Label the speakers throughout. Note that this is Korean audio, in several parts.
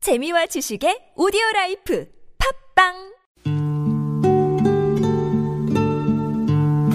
Speaker 1: 재미와 지식의 오디오 라이프 팝빵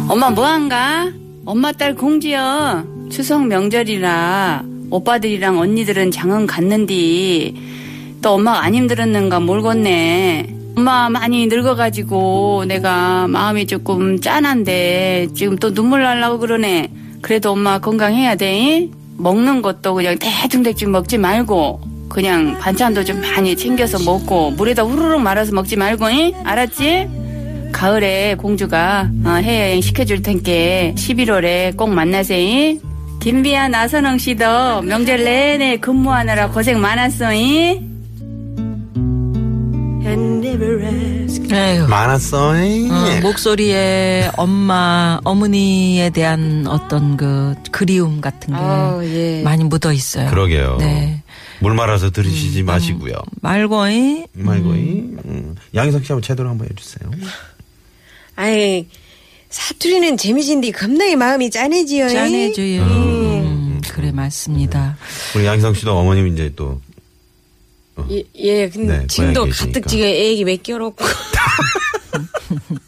Speaker 2: 엄마 뭐한가? 엄마 딸 공지여 추석 명절이라 오빠들이랑 언니들은 장은 갔는디 또 엄마가 안 힘들었는가 모르겠네 엄마 많이 늙어가지고 내가 마음이 조금 짠한데 지금 또 눈물 날라고 그러네 그래도 엄마 건강해야 돼 먹는 것도 그냥 대충대충 먹지 말고 그냥 반찬도 좀 많이 챙겨서 먹고 물에다 후루룩 말아서 먹지 말고 잉? 알았지? 가을에 공주가 어, 해외여행 시켜줄 텐께 11월에 꼭 만나세요. 김비야 나선홍 씨도 명절 내내 근무하느라 고생 많았어잉.
Speaker 3: 에휴,
Speaker 4: 많았어. 잉?
Speaker 3: 어, 목소리에 엄마, 어머니에 대한 어떤 그 그리움
Speaker 5: 네.
Speaker 3: 같은 게
Speaker 2: 아우, 예.
Speaker 3: 많이 묻어 있어요.
Speaker 4: 그러게요.
Speaker 3: 네. 음,
Speaker 4: 물 말아서 들으시지 마시고요.
Speaker 3: 말고이
Speaker 4: 말고 이 음. 양희석 씨 한번 제대로 한번 해주세요.
Speaker 5: 아이 사투리는 재미진디 겁나게 마음이 짠해지요.
Speaker 2: 네.
Speaker 5: 이?
Speaker 3: 짠해줘요. 음, 그래 맞습니다.
Speaker 4: 우리 양희석 씨도 어머님 이제 또
Speaker 5: 예, 예 근데
Speaker 4: 어. 네,
Speaker 5: 지금도
Speaker 4: 고향에
Speaker 5: 가뜩
Speaker 4: 계시니까.
Speaker 5: 지금 애기 맡겨놓고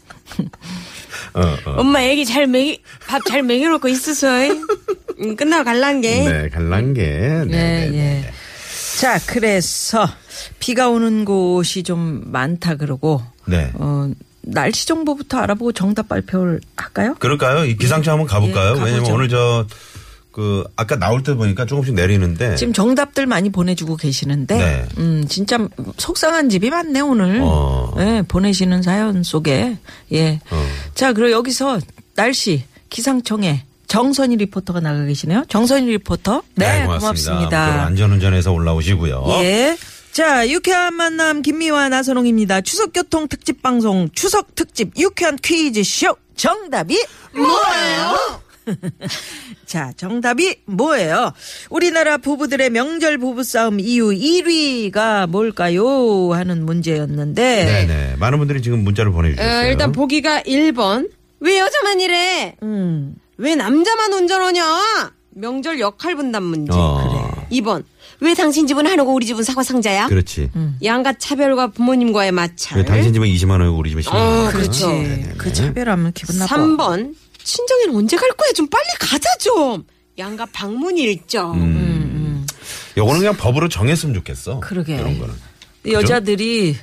Speaker 4: 어, 어.
Speaker 5: 엄마 애기 잘 먹이 밥 잘 먹여놓고 있어서 이? 음, 끝나고 갈란 게.
Speaker 4: 네, 갈란게. 네, 네,
Speaker 3: 예,
Speaker 4: 네.
Speaker 3: 예. 자, 그래서 비가 오는 곳이 좀 많다 그러고
Speaker 4: 네.
Speaker 3: 어, 날씨 정보부터 알아보고 정답 발표를 할까요?
Speaker 4: 그럴까요? 이 기상청 한번
Speaker 3: 예,
Speaker 4: 가볼까요?
Speaker 3: 가보죠.
Speaker 4: 왜냐면 오늘 저, 그, 아까 나올 때 보니까 조금씩 내리는데.
Speaker 3: 지금 정답들 많이 보내주고 계시는데,
Speaker 4: 네.
Speaker 3: 음, 진짜 속상한 집이 많네, 오늘.
Speaker 4: 어.
Speaker 3: 예, 보내시는 사연 속에. 예.
Speaker 4: 어.
Speaker 3: 자, 그리고 여기서 날씨, 기상청에 정선희 리포터가 나가 계시네요. 정선희 리포터. 네,
Speaker 4: 목요일
Speaker 3: 고맙습니다.
Speaker 4: 안전운전해서 올라오시고요.
Speaker 5: 어?
Speaker 3: 예. 자, 유쾌한 만남 김미화 나선홍입니다. 추석 교통 특집 방송 추석 특집 유쾌한 퀴즈 쇼 정답이 뭐예요? 자, 정답이 뭐예요? 우리나라 부부들의 명절 부부싸움 이유 1위가 뭘까요? 하는 문제였는데
Speaker 4: 네, 네. 많은 분들이 지금 문자를 보내주셨어요.
Speaker 5: 어, 일단 보기가 1번. 왜 여자만 이래?
Speaker 3: 음.
Speaker 5: 왜 남자만 운전하냐? 명절 역할 분담 문제.
Speaker 4: 어,
Speaker 5: 2번. 왜 당신 집은 한우고 우리 집은 사과
Speaker 3: 아,
Speaker 5: 상자야?
Speaker 4: 그렇지.
Speaker 3: 음.
Speaker 5: 양가 차별과 부모님과의
Speaker 4: 왜
Speaker 5: 마찰.
Speaker 4: 당신 집은 20만 원이고 우리 집은 10만
Speaker 3: 아,
Speaker 4: 원.
Speaker 5: 어, 그렇죠.
Speaker 3: 그 차별하면 기분 나빠.
Speaker 5: 3번 친정에는 언제 갈 거야 좀 빨리 가자 좀 양가 방문
Speaker 4: 음.
Speaker 5: 일정 음.
Speaker 4: 요거는 그냥 법으로 정했으면 좋겠어.
Speaker 3: 그러게.
Speaker 4: 이런 거는.
Speaker 3: 근데 여자들이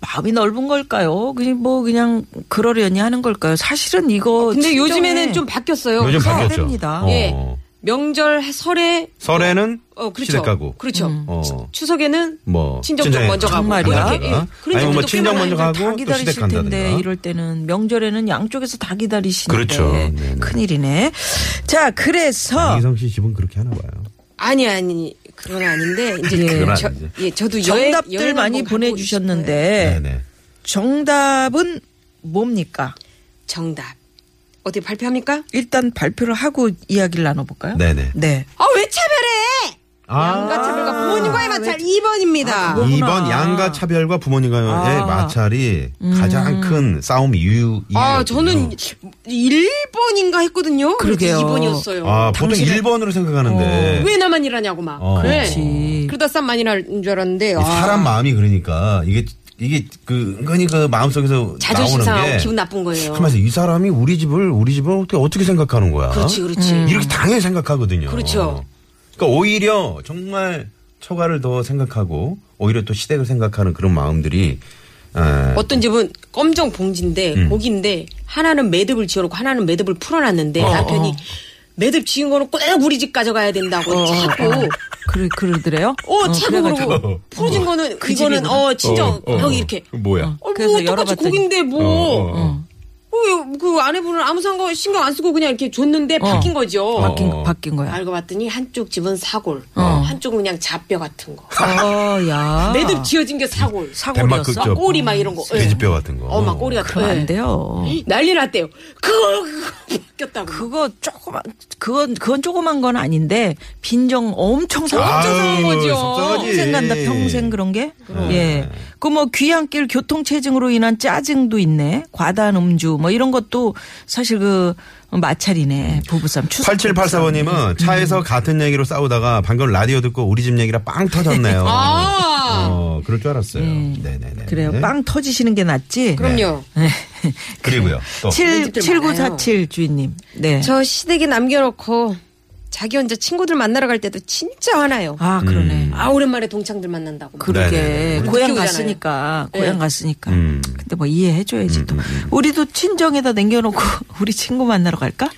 Speaker 3: 마음이 넓은 걸까요? 그냥 뭐 그냥 그러려니 하는 걸까요? 사실은 이거
Speaker 5: 아, 근데
Speaker 3: 진정해.
Speaker 5: 요즘에는 좀 바뀌었어요
Speaker 4: 요즘
Speaker 3: 가야
Speaker 4: 바뀌었죠.
Speaker 3: 됩니다.
Speaker 4: 어.
Speaker 5: 예. 명절 설에
Speaker 4: 설에는
Speaker 5: 어 그렇죠
Speaker 4: 시댁 가고.
Speaker 5: 그렇죠
Speaker 4: 어.
Speaker 5: 추- 추석에는
Speaker 4: 뭐
Speaker 5: 친정 쪽
Speaker 4: 친정에
Speaker 5: 먼저 가고
Speaker 3: 정말이야?
Speaker 5: 이렇게, 예.
Speaker 4: 간다든가.
Speaker 5: 그런
Speaker 4: 아니면 뭐
Speaker 5: 분들도
Speaker 4: 친정
Speaker 5: 꽤
Speaker 4: 먼저
Speaker 5: 많아요.
Speaker 4: 가고
Speaker 3: 다
Speaker 4: 또 시댁
Speaker 3: 기다리실
Speaker 4: 간다든가.
Speaker 3: 텐데 이럴 때는 명절에는 양쪽에서 다 기다리시는데
Speaker 4: 그렇죠. 네네. 아,
Speaker 3: 큰일이네. 자,
Speaker 5: 어.
Speaker 3: 그래서
Speaker 4: 이성 씨 집은 그렇게 하나 봐요.
Speaker 5: 아니 아니 그건 아닌데 이제
Speaker 3: 예.
Speaker 4: 그건
Speaker 5: 저,
Speaker 4: 아니지.
Speaker 5: 예, 저도 여행-
Speaker 3: 정답들
Speaker 5: 여행
Speaker 3: 많이
Speaker 5: 한번 가보고 싶어요.
Speaker 4: 네,
Speaker 3: 보내주셨는데
Speaker 4: 네.
Speaker 3: 정답은 뭡니까?
Speaker 5: 정답 어디 발표합니까?
Speaker 3: 일단 발표를 하고 이야기를 나눠볼까요?
Speaker 4: 네, 네.
Speaker 3: 네.
Speaker 5: 아 왜 차별해 양가 아. 차별과 아, 뭐. 부모님과의 마찰 2번입니다
Speaker 3: 그거구나.
Speaker 4: 아, 이번 양가 차별과 부모님과의
Speaker 3: 아.
Speaker 4: 마찰이 가장 큰 싸움 이유.
Speaker 5: 음.
Speaker 4: 음.
Speaker 5: 아,
Speaker 4: 이유였군요.
Speaker 5: 저는 1번인가 했거든요.
Speaker 3: 그러게요.
Speaker 5: 2번이었어요.
Speaker 4: 아 보통 일 1번으로 생각하는데
Speaker 5: 어, 왜 나만 일하냐고 막.
Speaker 4: 네. 어.
Speaker 3: 그렇지.
Speaker 5: 네. 그러다 쌈만 일하는 줄 알았는데. 아,
Speaker 4: 이 사람 마음이 그러니까 이게 이게 그 은근히 그 마음속에서
Speaker 5: 자존심 상하고
Speaker 4: 나오는 게
Speaker 5: 기분 나쁜 거예요.
Speaker 4: 하면서 이 사람이 우리 집을 우리 집을 어떻게 어떻게 생각하는 거야? 음.
Speaker 5: 그렇지, 그렇지.
Speaker 4: 이렇게 당연히 생각하거든요.
Speaker 5: 그렇죠.
Speaker 4: 그러니까 오히려 정말 처가를 더 생각하고 오히려 또 시댁을 생각하는 그런 마음들이 에,
Speaker 5: 어떤 집은 검정 봉지인데 고기인데 하나는 매듭을 지어놓고 하나는 매듭을 풀어놨는데 남편이 매듭 지은 거는 꼭 우리 집 가져가야 된다고
Speaker 3: 어,
Speaker 5: 자꾸
Speaker 3: 그러, 그러더래요?
Speaker 5: 어 자꾸
Speaker 3: 그래가지고.
Speaker 5: 그러고 풀어진 거는 이거는 어 진정 여기 이렇게
Speaker 4: 뭐야?
Speaker 5: 어,
Speaker 3: 그래서
Speaker 5: 뭐 똑같이
Speaker 3: 열어봤더니-
Speaker 5: 고기인데
Speaker 4: 어,
Speaker 5: 뭐 어, 그 아내분은 아무 상관 신경 안 쓰고 그냥 이렇게 줬는데 바뀐 거죠.
Speaker 3: 바뀐,
Speaker 4: 어.
Speaker 3: 바뀐 거야.
Speaker 5: 알고 봤더니 한쪽 집은 사골,
Speaker 3: 어.
Speaker 5: 한쪽은 그냥 잡뼈 같은 거.
Speaker 3: 어, 야.
Speaker 5: 매듭 지어진 게 사골.
Speaker 4: 덴마크
Speaker 3: 사골이었어?
Speaker 4: 저
Speaker 5: 꼬리 막 이런 거. 예.
Speaker 4: 돼지뼈 같은 거.
Speaker 5: 어, 막 꼬리 같은 거.
Speaker 3: 그러면 안
Speaker 5: 예.
Speaker 3: 돼요.
Speaker 5: 난리 났대요. 그거, 그거 바뀌었다고.
Speaker 3: 그거 조그만 그건 그건 조그만 건 아닌데 빈정 엄청 사
Speaker 4: 아유,
Speaker 3: 엄청 사는 거죠.
Speaker 4: 속상하지. 네.
Speaker 3: 평생 간다 평생 그런 게. 예. 그 뭐 귀향길 교통 체증으로 인한 짜증도 있네. 과다한 음주 뭐 이런 것도 사실 그 마찰이네. 부부싸움 추석.
Speaker 5: 음.
Speaker 4: 8784번님은 차에서 같은 얘기로 싸우다가 방금 라디오 듣고 우리 집 얘기라 빵 터졌네요.
Speaker 5: 아, 음.
Speaker 4: 어, 그럴 줄 알았어요. 네네네.
Speaker 3: 그래요. 빵 터지시는 게 낫지. 네.
Speaker 5: 그럼요.
Speaker 4: 그리고요. 또.
Speaker 3: 칠
Speaker 5: 집들
Speaker 3: 7947 주인님. 네.
Speaker 5: 저 시댁에 남겨놓고 자기 혼자 친구들 만나러 갈 때도 진짜 화나요.
Speaker 3: 아, 그러네.
Speaker 5: 아 오랜만에 동창들 만난다고.
Speaker 3: 그러게.
Speaker 4: 음. 네네네. 우리
Speaker 3: 고향
Speaker 5: 특히 오잖아요.
Speaker 3: 갔으니까. 고향 갔으니까.
Speaker 4: 음.
Speaker 3: 근데 뭐 이해해줘야지 또. 우리도 친정에다 남겨놓고 우리 친구 만나러 갈까?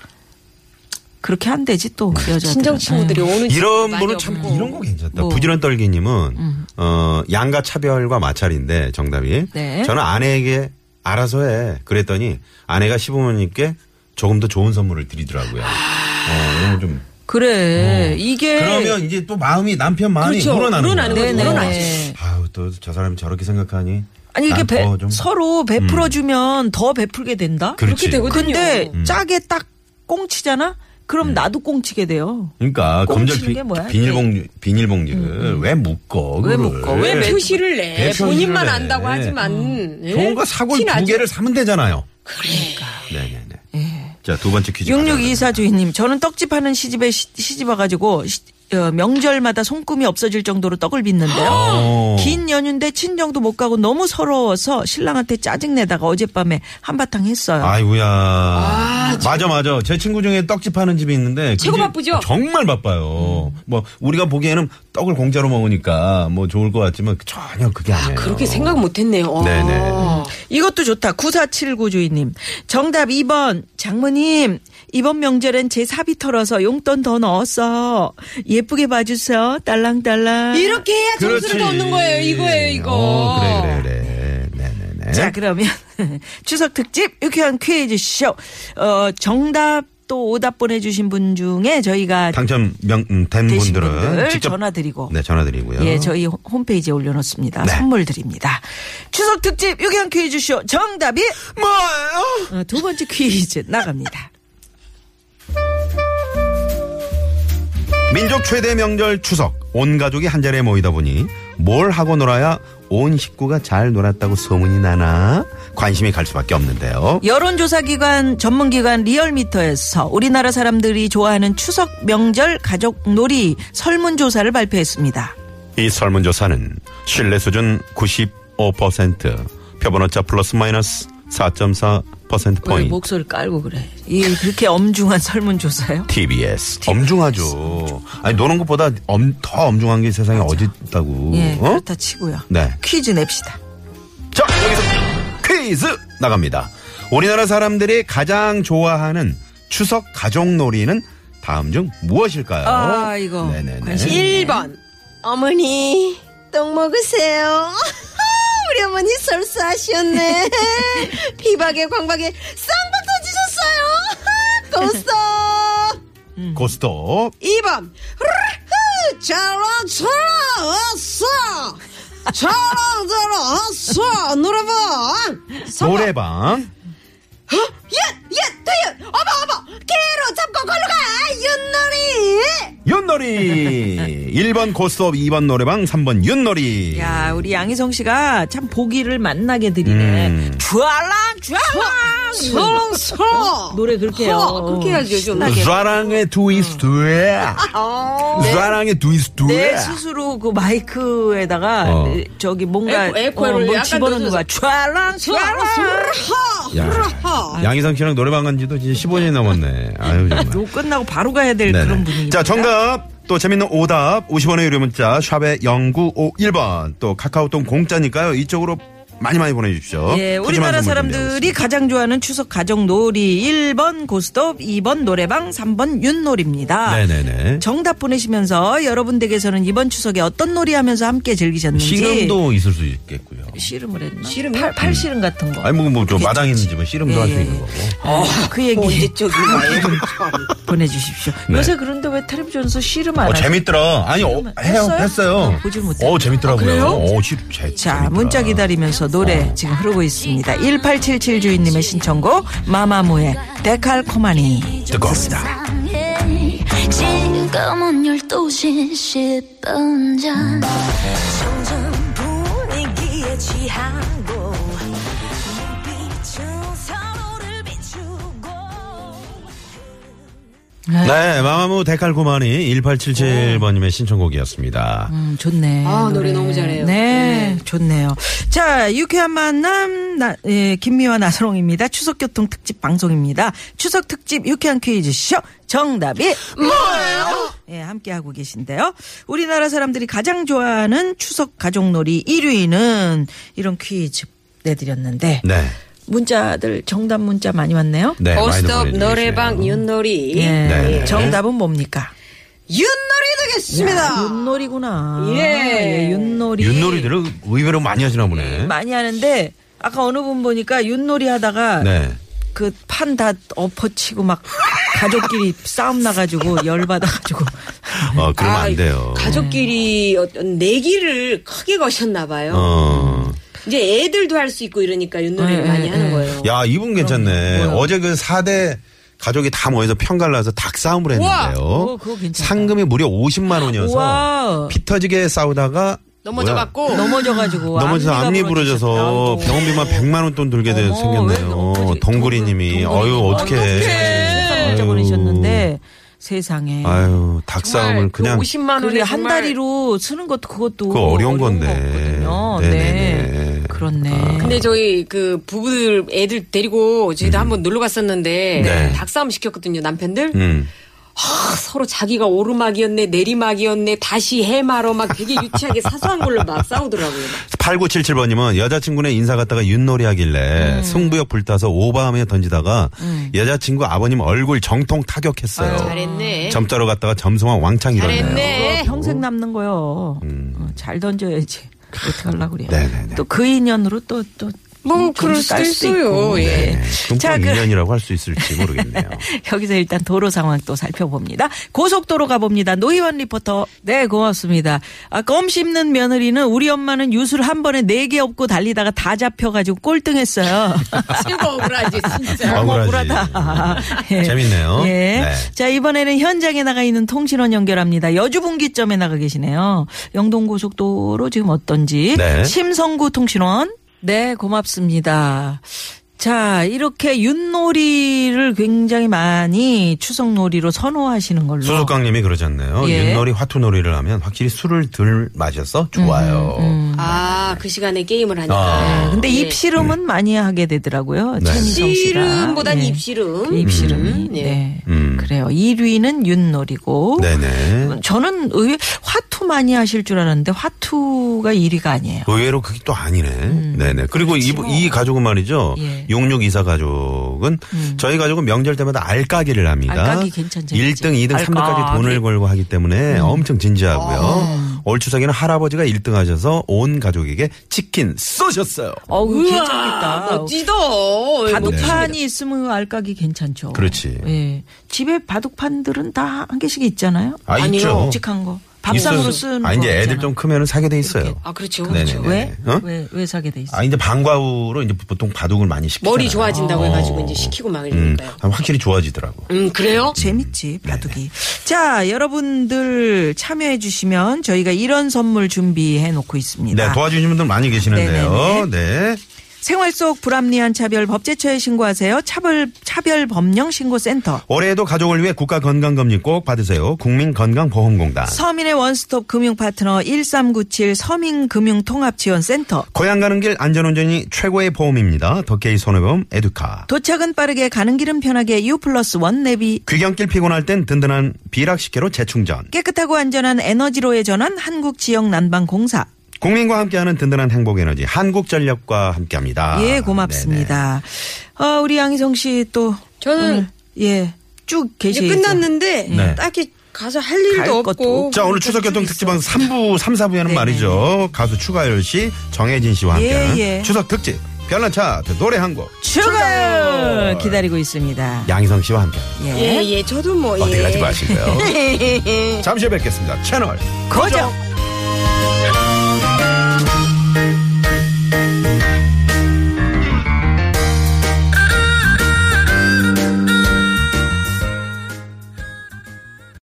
Speaker 3: 그렇게 안 되지 또. 여자들.
Speaker 5: 친정 친구들이 오는 친구도
Speaker 4: 이런
Speaker 5: 많이
Speaker 4: 분은 참
Speaker 5: 없고.
Speaker 4: 이런 거 괜찮다.
Speaker 3: 뭐.
Speaker 4: 부지런 떨기님은 어 양가 차별과 마찰인데 정답이
Speaker 3: 네.
Speaker 4: 저는 아내에게 알아서 해 그랬더니 아내가 시부모님께 조금 더 좋은 선물을 드리더라고요. 어, 이런 거좀
Speaker 3: 예. 그래. 이게.
Speaker 4: 어. 그러면 이제 또 마음이 남편 마음이
Speaker 5: 그렇죠.
Speaker 4: 우러나는
Speaker 5: 우러나는
Speaker 4: 거야.
Speaker 5: 거죠.
Speaker 4: 어.
Speaker 3: 우러나지.
Speaker 4: 아우 또 저 사람이 저렇게 생각하니.
Speaker 3: 아니 이게
Speaker 4: 난
Speaker 3: 배-
Speaker 4: 더 좀-
Speaker 3: 서로 베풀어주면 더 베풀게 된다.
Speaker 4: 음. 그렇지.
Speaker 5: 그렇게 되거든요.
Speaker 3: 근데
Speaker 4: 음.
Speaker 3: 짜게 딱 꽁치잖아. 그럼 나도 꽁치게 돼요.
Speaker 4: 그러니까
Speaker 3: 꽁치는
Speaker 4: 검절 비,
Speaker 3: 게 뭐야?
Speaker 4: 비닐봉지 비닐봉지를 왜 묶어?
Speaker 3: 왜
Speaker 4: 그거를. 네.
Speaker 3: 묶어?
Speaker 5: 왜 표시를 내?
Speaker 4: 왜 표시를
Speaker 5: 본인만
Speaker 4: 내? 어.
Speaker 5: 안다고 하지만 예?
Speaker 4: 좋은 거 사골
Speaker 5: 티 나죠.
Speaker 4: 두 개를 사면 되잖아요. 그러니까. 네네네.
Speaker 5: 예.
Speaker 4: 자 두 번째 퀴즈.
Speaker 3: 6624 주인님, 저는 떡집 하는 시집에 시, 시집 와가지고 시- 어, 명절마다 손금이 없어질 정도로 떡을
Speaker 4: 오. 어.
Speaker 3: 빚는데요. 긴 연휴인데 친정도 못 가고 너무 서러워서 신랑한테 짜증내다가 어젯밤에 한바탕 했어요.
Speaker 4: 아이고야. 맞아 맞아. 제 친구 중에 떡집 하는 집이 있는데 그
Speaker 5: 최고
Speaker 4: 집
Speaker 5: 바쁘죠? 음.
Speaker 4: 정말 바빠요. 뭐 우리가 보기에는 떡을 공짜로 먹으니까 뭐 좋을 것 같지만 전혀 그게 아니에요.
Speaker 5: 그렇게 생각 못했네요. 어. 와.
Speaker 4: 네네.
Speaker 3: 이것도 좋다. 9479 주인님. 정답 2번. 장모님, 이번 명절엔 제 사비 털어서 용돈 더 넣었어. 예쁘게 봐주세요. 딸랑딸랑.
Speaker 5: 이렇게 해야 점수를 더 얻는 거예요. 이거예요, 이거.
Speaker 4: 어, 그래 그래 그래. 네네네.
Speaker 3: 자, 그러면 추석 특집 유쾌한 퀴즈쇼. 어, 정답 또 오답 보내주신 분 중에 저희가
Speaker 4: 당첨 명, 음, 된
Speaker 3: 되신
Speaker 4: 분들은
Speaker 3: 분들
Speaker 4: 직접
Speaker 3: 전화드리고.
Speaker 4: 네, 전화드리고요.
Speaker 3: 예, 저희 홈- 홈페이지에 올려놓습니다.
Speaker 4: 네.
Speaker 3: 선물 드립니다. 추석 특집 유쾌한 퀴즈쇼 정답이
Speaker 4: 뭐예요?
Speaker 3: 어, 두 번째 퀴즈 나갑니다.
Speaker 4: 민족 최대 명절 추석 온 가족이 한 자리에 모이다 보니 뭘 하고 놀아야 온 식구가 잘 놀았다고 소문이 나나 관심이 갈 수밖에 없는데요.
Speaker 3: 여론조사기관 전문기관 리얼미터에서 우리나라 사람들이 좋아하는 추석 명절 가족 놀이 설문조사를 발표했습니다.
Speaker 4: 이 설문조사는 신뢰 수준 95%, 표본오차 플러스 마이너스 4.4% 포인트.
Speaker 3: 목소리 깔고 그래. 이 그렇게 엄중한 설문조사요?
Speaker 4: TBS. 엄중하죠. 아니 노는 것보다 엄, 더 엄중한 게 세상에 어디 있다고.
Speaker 3: 예,
Speaker 4: 어?
Speaker 3: 그렇다 치고요.
Speaker 4: 네.
Speaker 3: 퀴즈 냅시다.
Speaker 4: 자, 여기서 퀴즈 나갑니다. 우리나라 사람들이 가장 좋아하는 추석 가족놀이는 다음 중 무엇일까요?
Speaker 3: 아, 이거
Speaker 4: 네네네.
Speaker 3: 관심 있네.
Speaker 5: 1번. 어머니, 떡 먹으세요. 우리 어머니 설사하셨네. 비박에 광박에 쌍박 터지셨어요. 고스톱.
Speaker 4: 고스톱.
Speaker 5: 2번. 잘한잘한왔어 잘한잘한왔어 노래봐.
Speaker 4: 노래방.
Speaker 5: 옛, 옛, 대연. 어머, 어머. 개로 잡고 걸러가. 윷놀이.
Speaker 4: 윷놀이. 1번 고스톱, 2번 노래방, 3번 윷놀이.
Speaker 3: 야, 우리 양희성 씨가 참 보기를 만나게 드리네.
Speaker 4: 음.
Speaker 3: 주알랑
Speaker 5: 어,
Speaker 3: 주알랑.
Speaker 5: 소롱소.
Speaker 3: 어? 노래 그렇게 해요. 어.
Speaker 5: 허, 그렇게 해야죠, 좀.
Speaker 4: 사랑의 트위스트야.
Speaker 5: 어.
Speaker 3: 네.
Speaker 4: 사랑의
Speaker 3: 내
Speaker 4: 트위스트야.
Speaker 3: 스스로 그 마이크에다가
Speaker 4: 어.
Speaker 3: 네, 저기 뭔가
Speaker 5: 에코- 에코를
Speaker 3: 뭘
Speaker 5: 약간
Speaker 3: 집어넣는 거야. 주알랑 주알랑.
Speaker 4: 야, 양희성 씨랑 노래방 간 지도 이제 15년이 넘었네. 아유, 정말.
Speaker 3: 요 끝나고 바로 가야 될
Speaker 4: 네네.
Speaker 3: 그런 분위기.
Speaker 4: 자, 정답. 또 재밌는 오답 50원의 유료 문자 샵의 0951번 또 카카오톡 공짜니까요. 이쪽으로 많이 많이 보내 주십시오.
Speaker 3: 예, 우리나라 사람들이 가장 좋아하는 추석 가정 놀이 1번 고스톱, 2번 노래방, 3번 윷놀이입니다.
Speaker 4: 네네네.
Speaker 3: 아, 정답 보내시면서 여러분들께서는 이번 추석에 어떤 놀이 하면서 함께 즐기셨는지
Speaker 4: 씨름도 있을 수 있겠고요.
Speaker 3: 씨름을 했나?
Speaker 5: 씨름?
Speaker 3: 팔, 팔씨름 같은 거.
Speaker 4: 아니 뭐뭐저 마당 있는 집은 씨름도 할 수
Speaker 3: 예,
Speaker 4: 있는 거고.
Speaker 3: 어, 그 얘기
Speaker 5: 저기
Speaker 3: 보내주십시오.
Speaker 4: 네.
Speaker 3: 요새 그런데 왜 텔레비전에서 씨름 안
Speaker 4: 어
Speaker 3: 하죠?
Speaker 4: 재밌더라. 아니 어, 해요.
Speaker 3: 했어요? 아,
Speaker 4: 했어요.
Speaker 3: 보질 못해요. 아,
Speaker 4: 어 재밌더라고요. 어 씨, 재,
Speaker 3: 자,
Speaker 4: 재밌더라.
Speaker 3: 문자 기다리면서 노래 지금 흐르고 있습니다. 1877 주인님의 신청곡 마마무의 데칼코마니.
Speaker 4: 뜨겁습니다.
Speaker 6: 사랑해. 지금은 12시 10분 전 점점 분위기에 취하고 눈빛은 서로를 비추고
Speaker 4: 네, 마마무 데칼코마니 1877번님의 신청곡이었습니다.
Speaker 3: 음, 좋네.
Speaker 5: 아, 노래 너무 잘해요.
Speaker 3: 네,
Speaker 5: 네.
Speaker 3: 좋네요. 자, 유쾌한 만남, 나, 예, 김미화 나서롱입니다. 추석교통 특집 방송입니다. 추석 특집 유쾌한 퀴즈쇼 정답이 뭐예요? 예, 함께하고 계신데요. 우리나라 사람들이 가장 좋아하는 추석 가족놀이 1위는 이런 퀴즈 내드렸는데.
Speaker 4: 네.
Speaker 3: 문자들 정답 문자 많이 왔네요.
Speaker 4: 네. 많이들
Speaker 5: 버스톱
Speaker 4: 보내주세요.
Speaker 5: 노래방 윷놀이
Speaker 3: 예.
Speaker 4: 네.
Speaker 3: 정답은 뭡니까?
Speaker 5: 윷놀이 되겠습니다.
Speaker 3: 윷놀이구나.
Speaker 5: 예.
Speaker 3: 예, 윷놀이.
Speaker 4: 윷놀이들은 의외로 많이 하시나 보네.
Speaker 3: 많이 하는데 아까 어느 분 보니까 윷놀이 하다가
Speaker 4: 네.
Speaker 3: 그 판 다 엎어치고 막 가족끼리 싸움 나가지고 열 받아가지고
Speaker 4: 어, 그러면
Speaker 5: 아,
Speaker 4: 안 돼요.
Speaker 5: 가족끼리 어떤 내기를 크게 거셨나 봐요.
Speaker 4: 어.
Speaker 5: 이제 애들도 할 수 있고 이러니까 윷놀이를
Speaker 3: 예,
Speaker 5: 많이
Speaker 3: 예,
Speaker 5: 하는
Speaker 3: 예.
Speaker 5: 거예요.
Speaker 4: 야, 이분 괜찮네. 어제 그 4대 가족이 다 모여서 편갈라서 닭 싸움을 했는데요.
Speaker 3: 오, 그거 괜찮다.
Speaker 4: 상금이 무려 50만 원이어서
Speaker 3: 우와.
Speaker 4: 피 터지게 싸우다가 뭐야?
Speaker 5: 넘어져갖고
Speaker 3: 넘어져가지고
Speaker 4: 넘어져서 앞니 부러져서
Speaker 3: 부러지셨다.
Speaker 4: 병원비만 100만 원 돈 들게 된
Speaker 3: 어머, 왜
Speaker 4: 생겼네요.
Speaker 3: 넘어지-
Speaker 4: 동굴이 님이
Speaker 3: 동굴이
Speaker 4: 어유
Speaker 3: 님.
Speaker 4: 어떻게
Speaker 3: 세상에 문자 보내셨는데 세상에
Speaker 4: 아유, 닭 싸움을 그냥
Speaker 5: 50만
Speaker 3: 그래
Speaker 5: 원에
Speaker 3: 한 다리로 쓰는 것도 그것도
Speaker 4: 그거 어려운 건데.
Speaker 3: 거거든요.
Speaker 4: 네네네. 아.
Speaker 3: 네 그렇네.
Speaker 5: 근데 저희 그 부부들 애들 데리고 저희도 한번 놀러 갔었는데
Speaker 4: 음. 네.
Speaker 5: 닭싸움 시켰거든요 남편들
Speaker 4: 음.
Speaker 5: 아, 서로 자기가 오르막이었네 내리막이었네 다시 해마로 막 되게 유치하게 사소한 걸로 막 싸우더라고요.
Speaker 4: 8977번님은 여자친구네 인사 갔다가 윷놀이 하길래
Speaker 3: 음.
Speaker 4: 승부욕 불타서 오바하며 던지다가 여자친구 아버님 얼굴 정통 타격했어요.
Speaker 3: 아,
Speaker 5: 잘했네.
Speaker 4: 점자로 갔다가 점성왕 왕창 일어나요.
Speaker 5: 잘했네.
Speaker 3: 평생 남는 거요. 어, 잘 던져야지. 어떻게 하려고 그래요.
Speaker 4: 음. 네네네.
Speaker 3: 또 그 인연으로 또, 또.
Speaker 5: 뭐
Speaker 3: 좀
Speaker 5: 그럴 수도
Speaker 3: 딸
Speaker 5: 있어요.
Speaker 3: 있고.
Speaker 5: 예.
Speaker 4: 네.
Speaker 3: 자,
Speaker 4: 금방
Speaker 3: 그-
Speaker 4: 인연이라고 할 수 있을지 모르겠네요.
Speaker 3: 여기서 일단 도로 상황 또 살펴봅니다. 고속도로 가봅니다. 노희원 리포터. 네, 고맙습니다. 아, 껌 씹는 며느리는 우리 엄마는 유술 한 번에 네 개 업고 달리다가 다 잡혀가지고 꼴등했어요.
Speaker 5: 최고 억울하지 진짜.
Speaker 4: 억울하지.
Speaker 3: 억울하다. 예.
Speaker 4: 재밌네요.
Speaker 3: 예.
Speaker 4: 네.
Speaker 3: 자, 이번에는 현장에 나가 있는 통신원 연결합니다. 여주분기점에 나가 계시네요. 영동고속도로 지금 어떤지.
Speaker 4: 네.
Speaker 3: 심성구 통신원. 네, 고맙습니다. 자, 이렇게 윷놀이를 굉장히 많이 추석놀이로 선호하시는 걸로.
Speaker 4: 수석강님이 그러셨네요.
Speaker 3: 예.
Speaker 4: 윷놀이 화투놀이를 하면 확실히 술을 덜 마셔서 좋아요.
Speaker 3: 음,
Speaker 5: 아 그 시간에 게임을 하니까.
Speaker 4: 아.
Speaker 3: 네, 근데 입씨름은 많이 하게 되더라고요.
Speaker 4: 네.
Speaker 3: 최민성 씨가.
Speaker 5: 입씨름보단
Speaker 3: 예.
Speaker 5: 입씨름.
Speaker 3: 입씨름이.
Speaker 5: 음, 예.
Speaker 3: 네.
Speaker 4: 음.
Speaker 3: 그래요. 어, 1위는 윷놀이고.
Speaker 4: 네네.
Speaker 3: 음. 저는 의외 화투 많이 하실 줄 알았는데 화투가 1위가 아니에요.
Speaker 4: 의외로 그게 또 아니네. 네네. 그리고 이, 이 가족은 말이죠.
Speaker 3: 음. 그렇죠. 예. 음.
Speaker 4: 662사 가족은 저희 가족은 명절 때마다 알까기를 합니다.
Speaker 3: 알까기 괜찮죠, 그렇죠. 음.
Speaker 4: 1등, 2등, 3등까지 돈을 걸고 하기 때문에 엄청 진지하고요.
Speaker 3: 어.
Speaker 4: 올 추석에는 할아버지가 1등 하셔서 온 가족에게 치킨 쏘셨어요.
Speaker 3: 어우 괜찮겠다.
Speaker 5: 아,
Speaker 3: 네.
Speaker 5: 멋지다.
Speaker 3: 바둑판이 있으면 알까기 괜찮죠.
Speaker 4: 그렇지.
Speaker 3: 예. 집에 바둑판들은 다 한 개씩 있잖아요.
Speaker 4: 아,
Speaker 3: 아니요.
Speaker 4: 있죠.
Speaker 3: 묵직한 거. 밥상으로
Speaker 4: 있어요.
Speaker 3: 쓰는
Speaker 4: 아,
Speaker 3: 거.
Speaker 4: 이제 애들
Speaker 3: 있잖아.
Speaker 4: 좀 크면은 사게 돼 있어요.
Speaker 5: 아 그렇죠.
Speaker 4: 네네네.
Speaker 5: 그렇죠.
Speaker 3: 왜?
Speaker 4: 어?
Speaker 3: 왜? 왜 사게 돼 있어?
Speaker 4: 아, 이제 방과후로 이제 보통 바둑을 많이 시키잖아요.
Speaker 5: 머리 좋아진다고
Speaker 4: 어.
Speaker 5: 해가지고 이제 시키고 막
Speaker 4: 음,
Speaker 5: 이러니까요.
Speaker 4: 확실히 좋아지더라고.
Speaker 5: 음 그래요?
Speaker 3: 재밌지
Speaker 4: 음.
Speaker 3: 바둑이.
Speaker 4: 네.
Speaker 3: 자 여러분들 참여해 주시면 저희가 이런 선물 준비해 놓고 있습니다.
Speaker 4: 네, 도와주신 분들 많이 계시는데요. 네.
Speaker 3: 생활 속 불합리한 차별 법제처에 신고하세요. 차별 차별 법령 신고 센터.
Speaker 4: 올해에도 가족을 위해 국가 건강검진 꼭 받으세요. 국민건강보험공단.
Speaker 3: 서민의 원스톱 금융 파트너 1397 서민금융통합지원센터.
Speaker 4: 고향 가는 길 안전운전이 최고의 보험입니다. 덕케이 손해보험 에듀카.
Speaker 3: 도착은 빠르게 가는 길은 편하게 U 플러스 원 내비.
Speaker 4: 귀경길 피곤할 땐 든든한 비락식혜로 재충전.
Speaker 3: 깨끗하고 안전한 에너지로의 전환 한국지역난방공사.
Speaker 4: 국민과 함께하는 든든한 행복에너지 한국전력과 함께합니다.
Speaker 3: 예, 고맙습니다. 어, 우리 양희성 씨 또.
Speaker 5: 저는
Speaker 3: 오늘, 예. 쭉
Speaker 5: 이제
Speaker 3: 계시죠.
Speaker 5: 끝났는데
Speaker 4: 네.
Speaker 5: 딱히 가서 할 일도
Speaker 3: 갈 것도
Speaker 5: 없고.
Speaker 4: 네네. 자, 오늘 추석교통 특집방 3부, 3, 4부에는 말이죠. 가수 추가열 씨, 정혜진 씨와 함께하는
Speaker 3: 예, 예.
Speaker 4: 추석 특집. 별난 차트 노래 한 곡.
Speaker 3: 출발! 기다리고 있습니다.
Speaker 4: 양희성 씨와 함께.
Speaker 5: 예, 예, 저도 뭐.
Speaker 4: 어디
Speaker 5: 예.
Speaker 4: 가지 마시고요. 잠시 후에 뵙겠습니다. 채널
Speaker 3: 고정.